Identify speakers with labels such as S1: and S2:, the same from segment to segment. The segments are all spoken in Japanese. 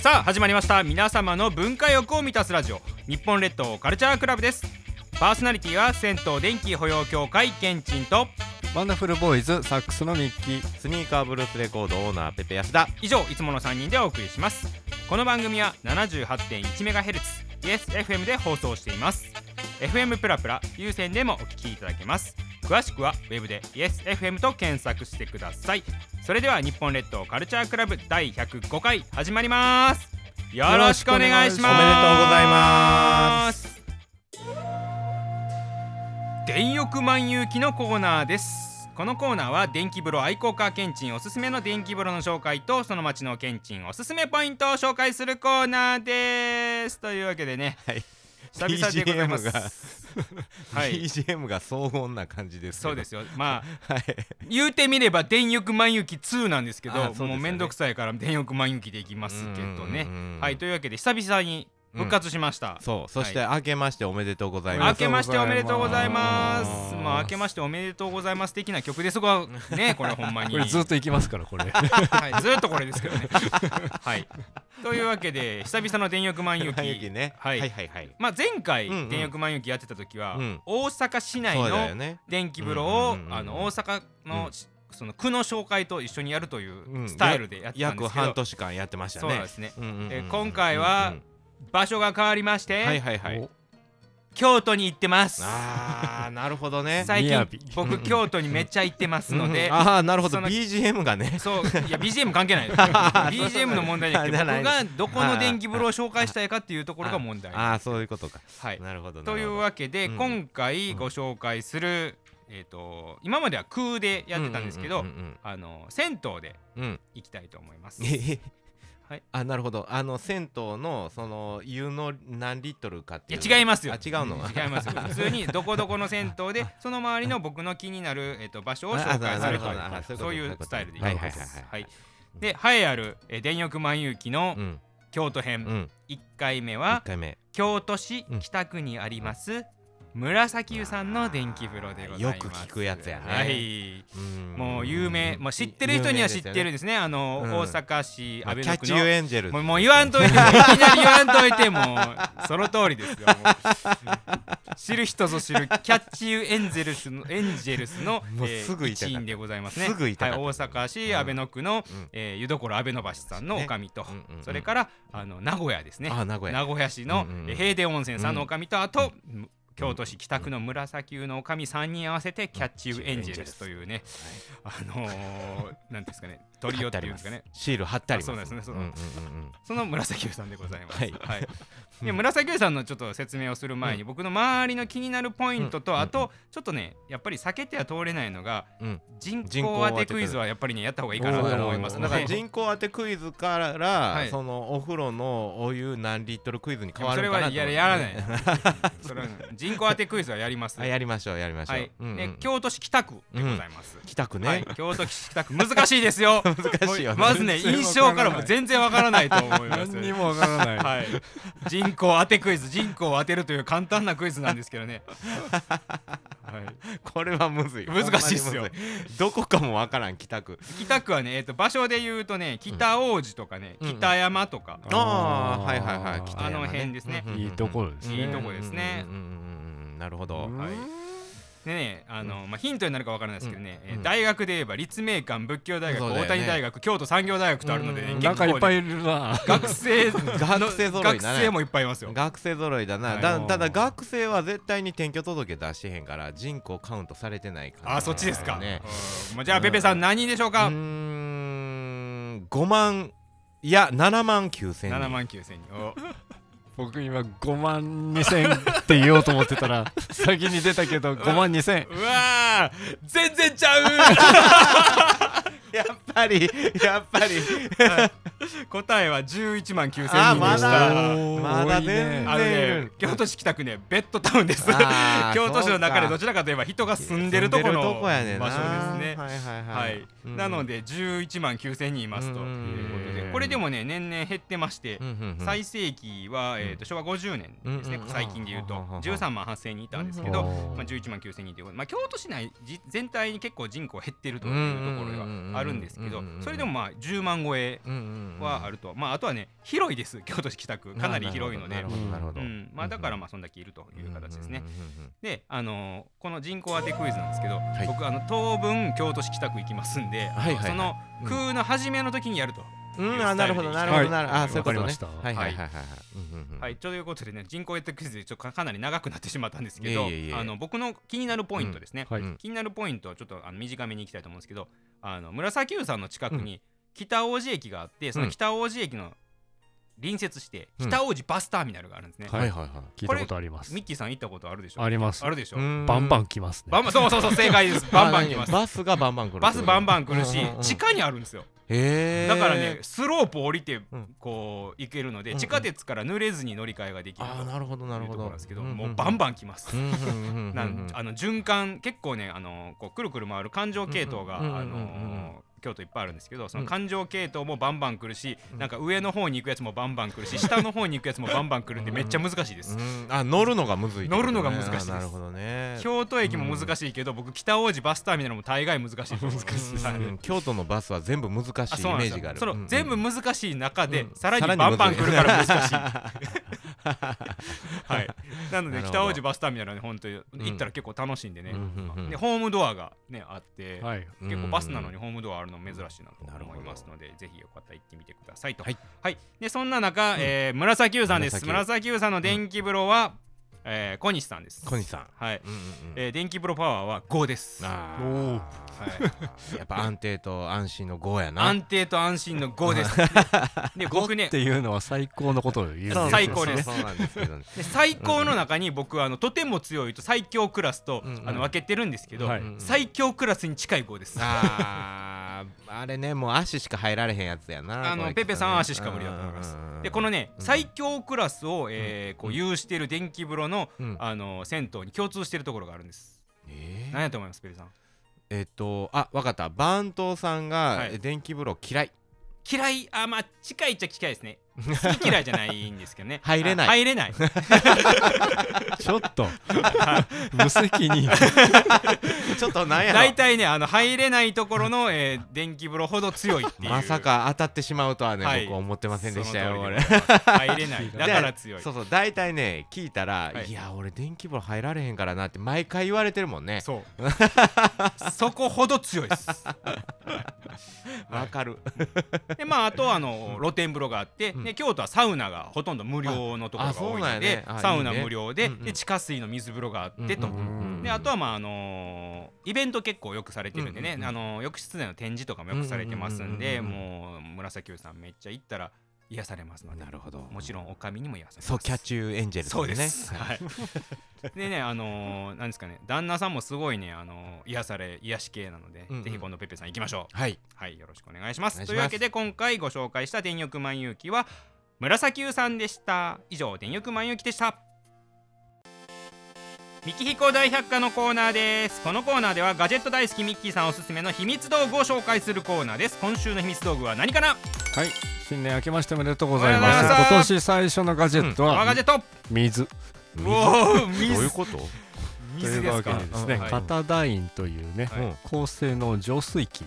S1: さあ始まりました皆様の文化欲を満たすラジオ日本列島カルチャークラブですパーソナリティは銭湯電気保養協会ケンチンと
S2: ワンダフルボーイズサックスのミッキー
S3: スニーカーブルースレコードオーナーペペ安田
S1: 以上いつもの3人でお送りしますこの番組は 78.1MHzYesFM で放送しています FM プラプラ有線でもお聞きいただけます詳しくはウェブで YesFM と検索してくださいそれでは日本列島カルチャークラブ第105回始まりますよろしくお願いします
S3: おめでとうございます
S1: 電浴満遊記のコーナーですこのコーナーは電気風呂愛好家ケンチンおすすめの電気風呂の紹介とその町のケンチンおすすめポイントを紹介するコーナーですというわけでね
S3: はい
S1: 久々でございます
S3: BGM が
S1: はい
S3: BGM が荘厳な感じです
S1: そうです
S3: よ
S1: よまあ
S3: はい
S1: 言うてみれば電浴満遊記2なんですけど
S3: あそうですよね
S1: もうめんどくさいから電浴満遊記でいきますけどね
S3: うんうんうん
S1: はいというわけで久々に復活しました、
S3: そうそして明けましておめでとうござい
S1: 明
S3: ます
S1: けましておめでとうございま
S3: おめでと
S1: す
S3: うございます
S1: まあ明けましておめでとうございます的な曲ですが ねこれほんまに
S2: これずっと行きますからこれ
S1: はい、ずっとこれですけどね。はい、というわけで久々の電浴満遊
S3: 満遊記
S1: 記、
S3: ね
S1: はい
S3: はいはいはい
S1: まあ、前回
S3: うんうん
S1: 電浴満遊記やってた時は、
S3: うん
S1: 大阪市内
S3: そうだよ
S1: の
S3: ね
S1: 電気風呂を、
S3: うんうんうんうん
S1: あの大阪の,、
S3: うん
S1: その区の紹介と一緒にやるといううんスタイルでやってたんで
S3: 約
S1: すけど、
S3: 半年間やってましたね
S1: そうなんですね
S3: うんうんうん
S1: えー今回は
S3: うん
S1: 場所が変わりまして、
S3: うんはいはいはい
S2: お
S1: 京都に行ってます。
S3: あーなるほ どね
S1: 最近
S2: 雅
S1: 僕京都にめっちゃ行ってますの
S3: うんう
S1: で
S3: ん。ああなるほど
S1: その
S3: BGM がね
S1: そういや BGM 関係ない BGM の問題じゃなくて
S3: あ
S1: 僕
S3: なら
S1: がどこの電気風呂を紹介したいかっていうところが問題です
S3: ああそういうことか
S1: はい、
S3: なるほど
S1: という
S3: け
S1: わけで、
S3: うん
S1: 今回ご紹介する、えっ、と今までは空でやってたんですけど、
S3: うん
S1: あの銭湯で
S3: うんうん
S1: 行きたいと思います。
S3: え
S1: はい
S3: あなるほどあの銭湯のその湯の何リットルかっていう
S1: いや違いますよ
S3: あ違うのは
S1: 違い ますよ普通にどこどこの銭湯でその周りの僕の気になる、えっと場所を紹介すると
S3: あなるほど
S1: そうい
S3: あそういう
S1: う
S3: こと
S1: スタイルでいき
S3: はい
S1: ま
S3: はいはい
S1: す。は
S3: はい
S1: いで栄えある、えー電浴満遊記の
S3: うん
S1: 京都
S3: う
S1: 編、
S3: ん
S1: 一1回目
S3: 1
S1: は
S3: 回目
S1: 京都市
S3: うん
S1: 北区にあります紫湯さんの電気風呂でございます。
S3: よく聞くやつやね
S1: はい
S3: うん
S1: もう有名、まあ、知ってる人には知ってるん
S3: 有名で
S1: ですね、あの、
S3: うん
S1: 大阪市
S3: すよね
S1: 阿倍
S3: キャ
S1: 野
S3: ッ
S1: 区
S3: チユー
S1: の。
S3: エンジェル
S1: もうもう言わんといて、いきなり言わんといて、もうその通りです よ。もう知る人ぞ知るキャッチユーエンゼルスのエンジェルスの
S3: もうすぐ言いたか
S1: 一
S3: った
S1: 員でございますね。
S3: すぐ言いたかった
S1: はい、大阪市阿倍野区の、
S3: うん
S1: えー湯どころ阿倍野橋さんのおかみと、
S3: うんうんうん
S1: それからあの名古屋ですね。
S3: あ名古屋
S1: 名古屋市の、
S3: うんうんうん
S1: えー平田温泉さんのおかみとあと、京都市北区の紫湯のおかみ3人合わせてキャッチユーエンジェルスというね、あのー、なんていうんですかねトリオっていうんですかね
S3: シール貼ってありま
S1: あそ
S3: す
S1: うなんですねそう
S3: うんうんうん
S1: その紫湯さんでございます。は
S3: はいい
S1: で紫湯さんのちょっと説明をする前に、僕の周りの気になるポイントと、
S3: うん
S1: あとちょっとねやっぱり避けては通れないのが
S3: うん
S1: 人
S3: 人
S1: 口
S3: 口
S1: 当
S3: 当
S1: て
S3: て
S1: クイズはやっぱりねやった方がいいかなと思います。
S3: おー
S1: だか
S3: だからら人口当てクイズから、
S1: い
S3: そのお風呂のお湯何リットルクイズに変わ
S1: それ
S3: るのかな
S1: は
S3: と思
S1: や
S3: って
S1: やらない。それは人口当てクイズはやります。
S3: あやりましょうやりましょう、
S1: はい、
S3: うんうん
S1: で京都市北区でございます。
S3: 北区ね、
S1: はい、京都市北区難しいですよ。
S3: 難しいよね
S1: まずね印象からも全然わからないと思いま
S2: 何
S1: す。
S2: にもわからない、
S1: はい、人口当てクイズ人口を当てるという簡単なクイズなんですけどね、はい、
S3: これはむずい
S1: 難しいっすよ
S3: ほんまにむずいどこかもわからん北区
S1: 北区はね、えっと場所で言うとね北王子とかね、
S3: うんうん
S1: 北山とか、
S2: あ
S3: あ
S2: ー
S3: あはいはいはい北山、ね、
S1: あの辺ですね
S3: うんうんうん
S2: いいところですね
S1: いいとこですね
S3: うんうんうんうんなるほど、
S2: うん
S1: はいでねあの、まあ、ヒントになるかわからないですけどね、
S3: うん
S1: えー大学で言えば立命館仏教大学、
S3: そうだよ
S1: 大
S3: ね
S1: 谷大学京都産業大学とあるので、ね
S3: うん
S2: なんかいっぱい
S1: い
S2: いるな
S1: 学 生学
S3: 生揃いだね
S1: 学生もいっぱいいますよ
S3: 学生揃いだな、
S1: はい
S3: だただ学生は絶対に転居届出してへんから人口カウントされてないから
S1: あそっちですか、
S3: ね
S1: うんまあじゃあペペさん何でしょう
S3: う
S1: か、
S3: ーん5万いや7万9千
S1: 7万9000人お
S2: 僕今5万2千って言おうと思ってた ら先に出たけど5万2千
S1: うわー全然ち ゃう
S3: やっぱりやっぱり
S1: 答えは11万9000人でした
S3: あまだ
S2: おー
S3: まだ全然
S1: あのね、京都市北区ね、ベッドタウンです。
S3: あ ー
S1: 京都市の中でど
S3: そうか
S1: ちらかといえば人が住んでるところの場所
S3: やねんな
S1: ですね。
S3: はいはいは、
S1: はいい、なので11万9000人いますと
S3: うんうんうん
S1: いうことでこれでもね年々減ってまして
S3: うんうんうん
S1: 最盛期はえーと昭和50年ですね
S3: うんうん
S1: 最近でいうと
S3: うんうんうん
S1: 13万8000人いたんですけ
S2: う
S1: ど
S2: ん
S1: まあ11万9000人ということでまあ京都市内じ全体に結構人口減ってるというところではあるんですけど、
S3: うんうんうん
S1: それでもまあ10万超え
S3: うんうんうん
S1: はあると、まああとはね広いです 京都市北区かなり広いの
S3: な
S1: で
S3: るほどなるほ
S1: う
S3: どなる
S1: んまあだからまあそんだけいると
S3: ほど
S1: いう形ですね、
S3: うんうんうんうん
S1: であのーこの人口当てクイズなんですけど、
S3: い
S1: 僕あの当分京都市北区行きますんで、
S3: はいはいはい
S1: その
S3: うん
S1: 空の初めの時にやると、
S3: うん、あなるほどなるほどなるほど、あそういうこと
S2: わかりま
S3: ね
S2: した
S3: はいはいはいはいはいうんうんうん
S1: はい、ということでね人口当てクイズでちょっとかかなり長くなってしまったんですけど
S3: いえいえいえ
S1: あの僕の気になるポイントですね、
S2: はい
S3: うん
S1: 気になるポイントはちょっとあの短めにいきたいと思うんですけどあの紫湯さんの近くに北大路駅があってその北大路駅の隣接して
S3: うん
S1: 北大路バスターミナルがあるんですね、
S2: はい
S3: はいはいは
S2: 聞いたことあります
S1: ミッキーさん行ったことあるでしょ
S2: あります
S1: あるでしょ
S3: い
S2: バンバ
S3: ン
S2: ン来ますね
S1: バンバンそうそうそう正解ですバンバン来ます
S3: バスがバンバン来る
S1: バスバンバン来るし
S3: うんうんうん
S1: 地下にあるんですよ
S3: へえ
S1: だからねスロープ降りて
S3: ん
S1: こう行けるので
S3: うんうん
S1: 地下鉄から濡れずに乗り換えができる
S3: あ
S1: と
S3: あなるほどなる
S1: いうと
S3: ほ
S1: ころ
S3: ど
S1: なんですけどもうバンバン来ます
S3: ンうんうんうんうん
S1: なんあの循環結構ねあのこうくるくる回る環状系統が、
S3: うんうん
S1: あ
S3: うんうんうん
S1: の京都いっぱいあるんですけどそうの
S3: ん
S1: 環状系統もバンバン来るし、
S3: うん
S1: なんか上の方に行くやつもバンバン来 るし下の方に行くやつもバンバン来るんで
S3: うん
S1: めっちゃ難しいです。
S3: うんあ乗るのがむずいってことね
S1: 乗るのが難しいです
S3: あなるほどね
S1: 京都駅も難しいけど、僕北王子バスターミナルも大概難しい と思う。難
S3: うん京都のバスは全部難しいイメ
S1: あ、そうなんで
S3: ー
S1: す
S3: ジがあ
S1: よ。
S3: る
S1: その全部
S3: うん
S1: 難しい中で、
S3: うん
S1: さらに
S3: さらに
S1: バンバン来
S3: むずい
S1: るから難し い。はい。なの
S3: なる
S1: で
S3: ほど
S1: 北王子バスターミナルに本当に行ったら結構楽しいんでね。でホームドアがねあって、
S2: はい
S1: 結構バスなのにホームドアあるの珍しいなと思いますので、ぜひよかったら行ってみてくださいと。
S3: は
S1: はい
S3: い、
S1: でそんな中、えー紫湯さんです。
S3: 紫
S1: 紫湯さんの電気風呂は、えー小西さんです。
S3: 小西さん
S1: はい、
S3: うんうんうん
S1: えー電気風呂パワーは5です。は
S3: あ
S2: おー
S3: ーやっぱ安定と安心の5や
S1: い
S3: な
S1: 安定と安心の5です。 で僕ね
S2: っていうのは最高のことを言う
S1: そう最高です
S3: そうそうなんですけどね
S1: で最高の中に僕あのとても強いと最強クラスと、
S3: うんうん
S1: あの分けてるんですけど、
S2: はい
S3: うん
S1: 最強クラスに近い5です。
S3: あーあれねもう足しか入られへんやつやな
S1: あの
S3: これ
S1: ペペさんは足しか無理だと思います
S3: うんうんうんうん
S1: でこのね
S3: うん
S1: 最強クラスを、えーこう有している電気風呂の、
S3: うん
S1: あの銭湯に共通しているところがあるんです。
S3: えー
S1: 何やと思いますペペさん
S3: えっとあわかった番頭さん
S1: は
S3: が
S1: い
S3: 電気風呂嫌い
S1: 嫌いあまあ近いっちゃ近いですね好き嫌いじゃないんですけど ね
S3: 入れない
S1: あ入れない
S2: ち ょっと無責任
S3: ちょっとなんやろ
S1: 大体ねあの入れないところの、えー電気風呂ほど強いっていう
S3: まさか当たってしまうとはね、
S1: はい
S3: 僕思ってませんでしたよ
S1: その通り
S3: 俺
S1: でございます入れ ないだから強い
S3: そうそう大体ね聞いたら、
S1: はい
S3: い、や俺電気風呂入られへんからなって毎回言われてるもんね
S1: そう そこほど強いです
S3: わかる、
S1: でまああとあの露天風呂があって、
S3: うん
S1: で京都はサウナがほとんど無料のところが多い
S3: ああそうなん
S1: の
S3: や
S1: で、
S3: ねあ
S1: サウ
S3: い
S1: ナ
S3: いね
S1: 無料で,、
S3: うんうん
S1: で地下水の水風呂があってと、
S3: うんうんうん
S1: であとはまああのーイベント結構よくされてるんでね、
S3: うんうんうん
S1: あのー浴室での展示とかもよくされてますんで、
S3: うんうんうんう
S1: もう紫湯さんめっちゃ行ったら癒されますので
S3: なるほど
S1: もちろんお上にも癒されます
S3: そうキャッチューエンジェルと
S1: そ
S3: か
S1: う
S3: ね
S1: です、
S3: はい
S1: はい、 でねあのーなんですかね旦那さんもすごいねあのー癒され癒し系なので、
S3: うんうん
S1: ぜひ今度ペペさん行きましょう
S3: はい
S1: はいよろしくお願いします
S3: お願いします
S1: というわけで今回ご紹介した電浴満遊記は紫湯さんでした以上電浴満遊記でしたミキヒコ大百科のコーナーですこのコーナーではガジェット大好きミッキーさんおすすめの秘密道具を紹介するコーナーです今週の秘密道具は何かな
S2: はい新年明けましておめでとうございま
S1: おめ
S2: す
S1: でとうござい
S2: 今
S1: ます
S2: 年最初のガジェット
S1: 我が
S2: は
S1: ジェット
S2: 水
S3: 水
S1: おお
S3: どういう
S1: 水
S3: こと、
S2: と
S1: 水
S2: いう
S1: です
S2: わけ
S1: か
S2: でですね
S3: はい
S2: カタダインというね
S1: はい
S3: うん
S2: 高性能浄水器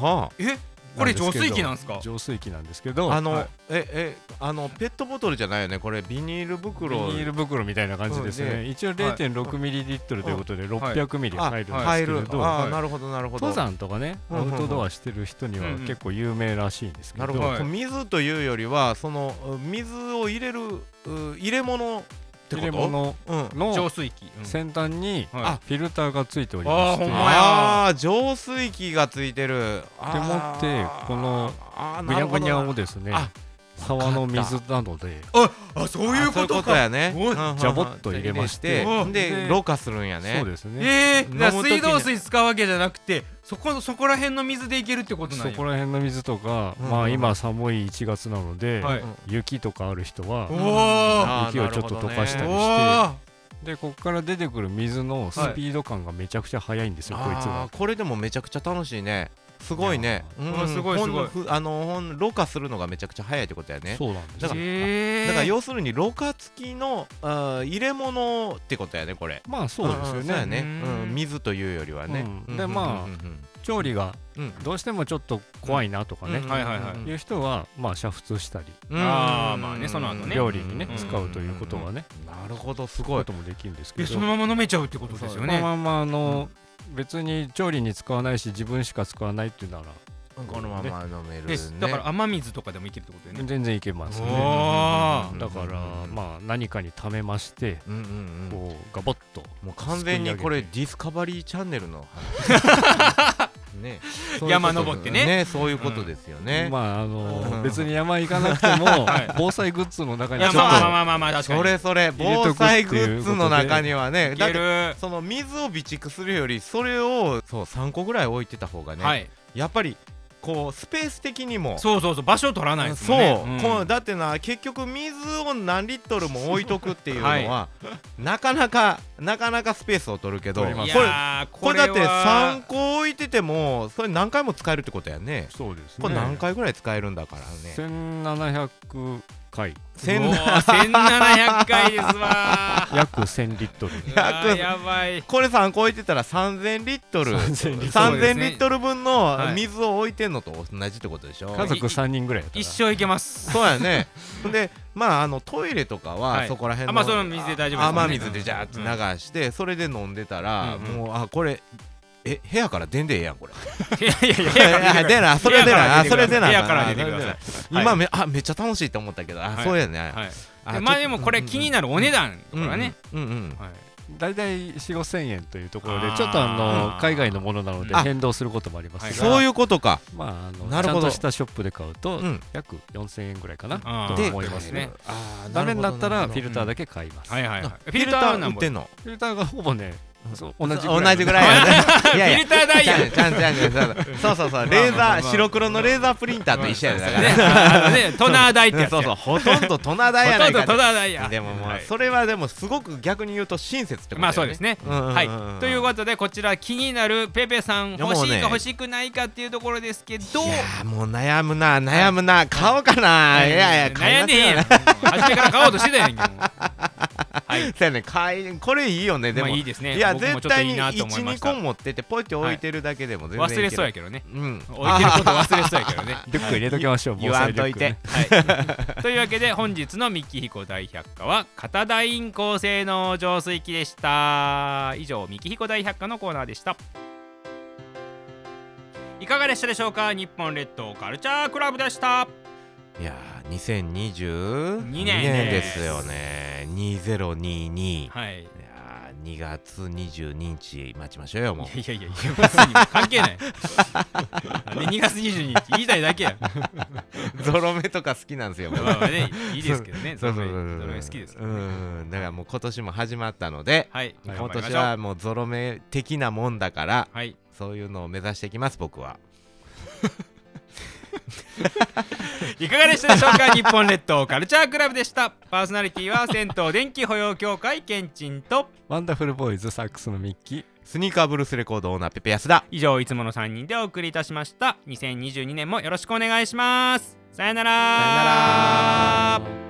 S3: は
S1: えこれ浄水器なんですか
S2: 浄水器なんですけど
S3: ああの、
S2: はい
S3: ええあのペットボトルじゃないよねこれビニール
S2: ビ
S3: 袋
S2: ニール袋みたいな感じです
S3: うん
S2: ね一応0.6ミリリットルということで
S1: はい
S2: 600ミリ
S3: あ
S2: 入るんです
S3: 入
S2: けれ
S3: る
S2: ど
S3: あ
S1: は
S3: ー
S1: い
S3: なるほどなるほど
S2: 登山とかね
S3: うんう
S2: ア
S3: んうん
S2: ウトドアしてる人に
S1: うん
S2: は
S1: うん
S2: 結構有名らしいんですけ
S3: なる
S2: ど
S3: ほど、
S1: はい
S3: こう水というよりはそのう水を入れるう入れ物ってこと
S2: 入れ物
S3: うん
S1: 浄
S2: の
S1: 水器、うん
S2: 先端にフ
S1: はい
S2: ィルターがついておりまして
S1: あーほんまや
S3: ああー浄水器がついてる
S2: でもってこのぐにゃぐにゃをですね
S3: あ
S2: 沢の水などで
S1: ああそう
S3: そうい
S1: いう
S3: う
S1: こ
S3: ことと
S1: か
S3: やね
S1: おい
S3: うんうんうん
S2: ジャボッと入れまして
S3: 入れて
S2: うん
S3: で
S2: で
S3: ろ過するんやね
S2: そうですね
S1: え
S3: 飲
S1: ー、
S3: む
S1: だから
S3: 時に
S1: 水道水使うわけじゃなくてそこそこら辺の水でいけるってことなん
S2: そ
S1: や
S2: こら辺の水とか
S3: うんうん
S2: まあ今寒い1月なので
S1: はい
S3: うん
S2: 雪とかある人は
S1: お
S3: あー
S2: 雪をちょっと溶かした
S1: お
S2: り
S1: お
S2: してでここから出てくる水のスピード感がめちゃくちゃ速いんですよこいつ
S3: あ
S2: が
S3: ーこれでもめちゃくちゃ楽しいねすごいね、
S1: や
S3: うん
S1: あすごいすごい
S3: ほんのふあのほんろ過するのがめちゃくちゃ早いってことやね
S2: そうなんです
S3: だから
S1: へー
S3: だから要するにろ過付きのあー入れ物ってことやねこれ
S2: まあそうですよ
S3: んそうや
S2: ね
S3: ね、
S1: うん
S3: うん、水というよりはね、
S2: うんでまあ調理が
S3: あ、うん
S2: どうしてもちょっと怖いなとかね、
S1: はいはいはい
S2: いう人はまあ煮沸したり
S1: あーまあねその後ね
S2: 料理にね
S1: うん
S2: 使うということがね
S3: なるほどす
S2: こうい
S3: ご
S2: う
S3: い
S2: こともできるんですけ
S1: え
S2: ど
S1: そのまま飲めちゃうってことですよね、
S2: まあまあまああの別に調理に使わないし自分しか使わないっていうなら
S3: このまま飲める
S1: で
S3: ね
S1: すだから雨水とかでもいけるってことだよね
S2: 全然いけます
S1: お
S2: ね
S1: ー
S2: だから
S3: あ
S2: まあ何かに溜めまして
S3: うんうんうん
S2: こうガボッと
S3: もう完全にこれディスカバリーチャンネルの話 ねそういうこと
S1: 山登ってね
S3: そういうことですよね、
S2: まああ
S3: うん
S2: の別に山行かなくても
S1: い
S2: 防災グッズの中
S1: い
S2: にちょ
S1: や
S2: っと
S1: まあまあまあまあまあ確かに
S3: それそれ
S2: 入れとく
S3: 防災グッズの中にはいねだっ
S1: け
S3: て
S1: る
S3: その水を備蓄するよりそれをそう3個ぐらい置いてた方がね、
S1: はい
S3: やっぱりこうスペース的にも
S1: そうそうそう場所を取らないです
S3: そ
S1: も
S3: う、
S1: んね
S3: このだってな結局水を何リットルも置いとくっていうのは、なかなかなかなかスペースを取るけどこ
S2: 取
S3: れ
S2: りま
S1: い
S2: す
S1: やー
S3: これだって
S1: は
S3: 3個置いててもそれ何回も使えるってことやね
S2: そうです
S3: こ
S2: ね
S3: れ何回ぐらい使えるんだからね
S2: 1700回
S3: 千
S1: うわ1700回ですわー
S2: 約1000リットル
S1: うわーやばい
S3: これ3個置いてたら3000リットル
S2: 3000リット
S1: そうです
S3: 3000
S1: ね
S3: リットル分の水を置いてんのと同じってことでしょ、
S2: ル家族3人ぐらいやったら
S1: 一生いけ ます
S3: そうやねでまああのトイレとかは、
S1: はい
S3: そこら辺の
S1: あまあそれは水で大丈夫ですもんね
S3: 雨水でジャーって流して、それで飲んでたら、
S1: うんうん
S3: もうあこれえ部屋から出んでええやんこれ
S1: いやいやい や部屋から
S3: 出なそれは出なあそれは出な
S1: 部屋から出てくださいはい
S3: 今めあめっちゃ楽しいって思ったけどあ、
S1: はい
S3: そうやね、
S1: はい
S3: あ
S1: でまあでもこれ気になるお値段と
S3: うんうん
S1: かね、
S3: うんうん
S1: はい
S2: 大体4 5千円というところで
S1: あー
S2: ちょっとあ
S1: うん
S2: の海外のものなので
S3: あ
S2: 変動することもありますが、
S1: は
S3: そういうことか、
S2: まああの
S3: なる
S2: ちゃ
S3: ほ
S2: ん
S3: ど
S2: としたショップで買うと
S3: うん
S2: 約4000円ぐらいかな
S1: あー
S2: と
S1: で
S2: 思いますね
S3: あー
S2: ダメにな
S3: る
S2: っ
S3: ほ
S2: た
S3: ど
S2: ら
S3: るほ
S2: フ
S3: ど
S2: ィルターだけ買います、
S1: はいはいはい
S3: あ
S1: フ
S3: フ
S1: ィ
S3: ィ
S1: ル
S3: ル
S1: タ
S3: タ
S1: ー
S3: ー
S1: は
S3: 売
S1: 何
S3: っ
S1: 本
S3: てんの
S2: フィルターがほぼねそう同じぐらい
S3: 同じぐらいやねいや
S1: フィ
S3: いや
S1: ルターダイヤ
S3: ちゃんちゃんちゃんちゃんそうそうそうレー
S1: まあまあ
S3: ザ
S1: ま
S3: ー
S1: あ
S3: 白黒のレーザープリンターと一緒やでだから
S1: ねあのねトナーダイってやつ
S3: そうそうほとんどトナダ
S1: ほ
S3: イやな
S1: とん
S3: い
S1: ど
S3: か
S1: ト
S3: と
S1: ナーダイヤ
S3: でもも
S1: は
S3: う
S1: い
S3: それはでもすごく逆に言うと親切ってことだよね
S1: まあそうですね
S3: うんうんうんうん
S1: はいということでこちら気になるペペさん
S3: いやも
S1: 欲
S3: うね
S1: しいか欲しくないかっていうところですけど
S3: いやーもう悩むな悩むな買おうかないやいや買
S1: 悩ん
S3: います
S1: でへん
S3: よ
S1: やん初めから買おうとしてたやんけも うはい
S3: そうやね買いこれいいよねで
S1: ま
S3: も
S1: あいいですね
S3: いや
S1: 僕も
S3: 絶
S1: ちょっと
S3: 対
S1: いい
S3: に
S1: なと思いま
S3: 12
S1: した
S3: 個持っててポイって置いてるだけでも全然いけ
S1: 忘
S3: る
S1: れそうやけどね
S3: うん
S1: 置いてること忘れそうやけどね
S2: リュック入れときましょう、
S3: 言
S2: 防
S3: わ
S2: 災
S3: ん
S2: リュ
S3: と
S2: ッ
S3: い
S2: ク、
S3: て
S2: ね、
S1: はい、 というわけで本日のミッキー彦大百科は片田院高性能浄水器でした以上ミッキー彦大百科のコーナーでしたいかがでしたでしょうか日本列島カルチャークラブでした
S3: いやー2022
S1: 二年
S3: 年
S1: で
S3: ですすよね2022い
S1: はいい
S3: やー2月22日待ちましょうよもう
S1: やいやいや別に関係ない で2月22日言いたいだけや
S3: ゾロ目とか好きなんですよ。
S1: まあまあねいいですけどね
S3: そうそうそ う
S1: ゾ
S3: そ
S1: ロ目
S3: う
S1: ゾロ目好きですけ
S3: う
S1: どね
S3: ん、だからもう今年も始まったので、
S1: はい
S3: 今
S1: 頑張りまし
S3: 年
S1: ょう
S3: はもうゾロ目的なもんだから、
S1: はい
S3: そういうのを目指していきます僕は。
S1: いかがでしたでしょうか日本列島カルチャークラブでしたパーソナリティは銭湯電気保養協会けんちんと
S2: ワンダフルボーイズサックスのミッキー
S3: スニーカーブルースレコードオーナーペペヤスだ。
S1: 以上いつもの3人でお送りいたしました2022年もよろしくお願いしますさよなら
S3: さよなら